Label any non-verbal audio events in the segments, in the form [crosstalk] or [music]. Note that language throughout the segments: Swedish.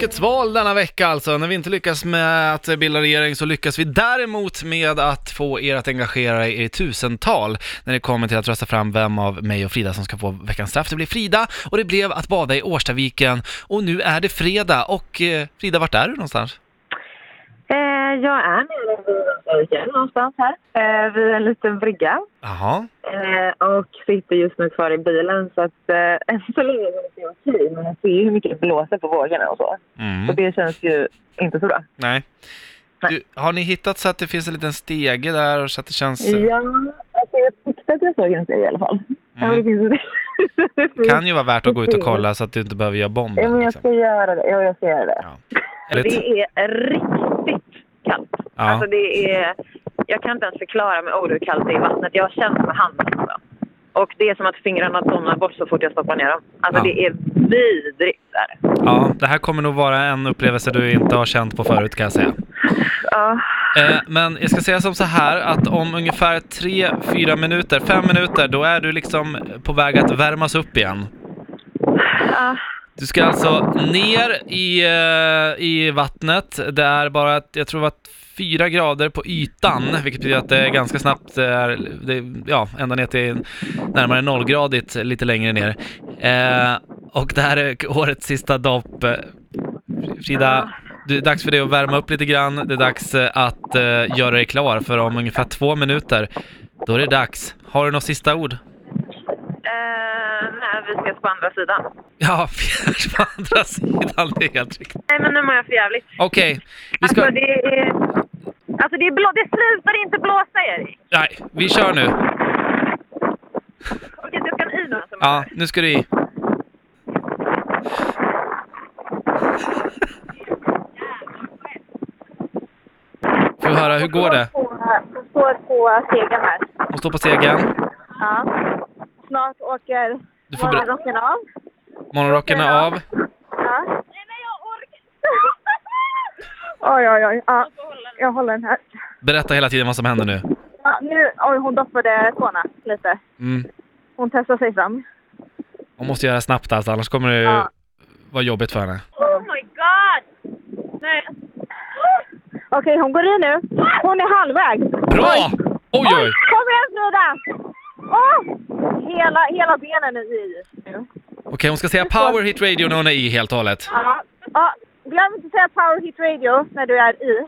Folkets val denna vecka alltså. När vi inte lyckas med att bilda regering så lyckas vi däremot med att få er att engagera er i tusental när det kommer till att rösta fram vem av mig och Frida som ska få veckans straff. Det blev Frida och det blev att bada i Årstaviken och nu är det fredag och eh, Frida, vart är du någonstans? Eh, jag är nere vid Örjan någonstans här, eh, vid en liten brygga. Jaha, Eh, och sitter just nu kvar i bilen så att eh, [laughs] än så länge är det okej. Men jag ser ju hur mycket det blåser på vågorna och så. Så mm. det känns ju inte så bra. nej. Du, har ni hittat så att det finns en liten stege där och så att det känns... eh, Ja, alltså jag tyckte att jag såg en tjej i alla fall. Ja, men det Mm. finns... [laughs] Kan ju vara värt att gå ut och kolla så att du inte behöver göra ja, bomben. men jag Liksom. ska göra det. Ja, jag ska göra det. Eller- Det är riktigt kallt. Ja. Alltså det är, jag kan inte ens förklara med ord hur kallt det är i vattnet. Jag känner med handen. alltså. Och det är som att fingrarna domnar bort så fort jag stoppar ner dem. Alltså Ja. det är vidrigt där. Ja, det här kommer nog vara en upplevelse du inte har känt på förut kan jag säga. Ja, Eh, men jag ska säga som så här att om ungefär 3-4 minuter, 5 minuter, då är du liksom på väg att värmas upp igen. ja, Du ska alltså ner i, eh, i vattnet. Det är bara, att- jag tror det var 4 grader på ytan, vilket betyder att det är ganska snabbt det är, det, ja, ända ner till närmare nollgradigt lite längre ner. Eh, och det här är årets sista dopp. eh, Frida, det är dags för dig att värma upp lite grann. Det är dags eh, att eh, göra dig klar, för om ungefär två minuter, då är det dags. Har du något sista ord? [laughs] eh, nej, vi ses på andra sidan. Ja, fjärs på andra sidan, det är helt riktigt. Nej, men nu mår jag för jävligt. Okej, vi ska... Alltså det är... Alltså det är blå... Det slutar inte blåsa, Erik! Nej, vi kör nu. Okej, jag ska i nu. alltså. Ja, nu ska du i. Får vi höra, hur går det? Jag står på segern här. Hon står på segern. Ja. Snart åker Du får ber- morgonrocken av. morgonrocken är av. Ja. Nej, men jag orkar [laughs] Oj, oj, oj. Ja. Jag håller den här. Berätta hela tiden vad som händer nu. Ja, nu, oj, hon doppade tårna lite. Mm. Hon testar sig fram. Hon måste göra snabbt alltså, annars kommer det ju Ja. vara jobbigt för henne. Oh my god! Nej. Okej, hon går i nu. Hon är halvvägs. Bra! Oj, oj! Kom igen Frida! Åh! Hela, hela benen är i nu. Okej, hon ska säga power hit radio när hon är i helt och hållet. Ja. ja. Glöm inte att säga power hit radio när du är i.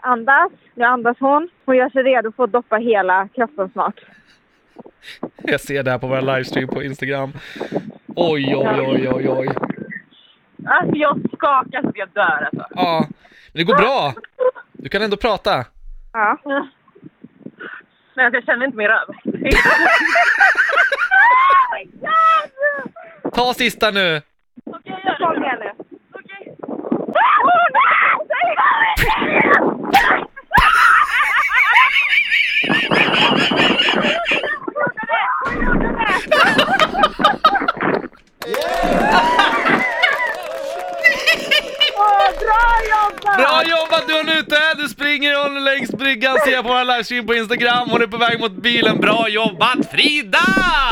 Andas. Nu andas hon. Hon gör sig redo för att doppa hela kroppen snart. Jag ser det här på vår livestream på Instagram. Oj, oj, oj, oj, oj. Alltså jag skakar så jag dör alltså. Ja, men det går bra. Du kan ändå prata. Ja. Nej, alltså, jag känner inte min röv. Ta sista nu. Kom igen nu. Bra jobbat, du håller ute. Du springer och håller längs bryggan, ser på vår livestream på Instagram. Hon är på väg mot bilen. Bra jobbat, Frida!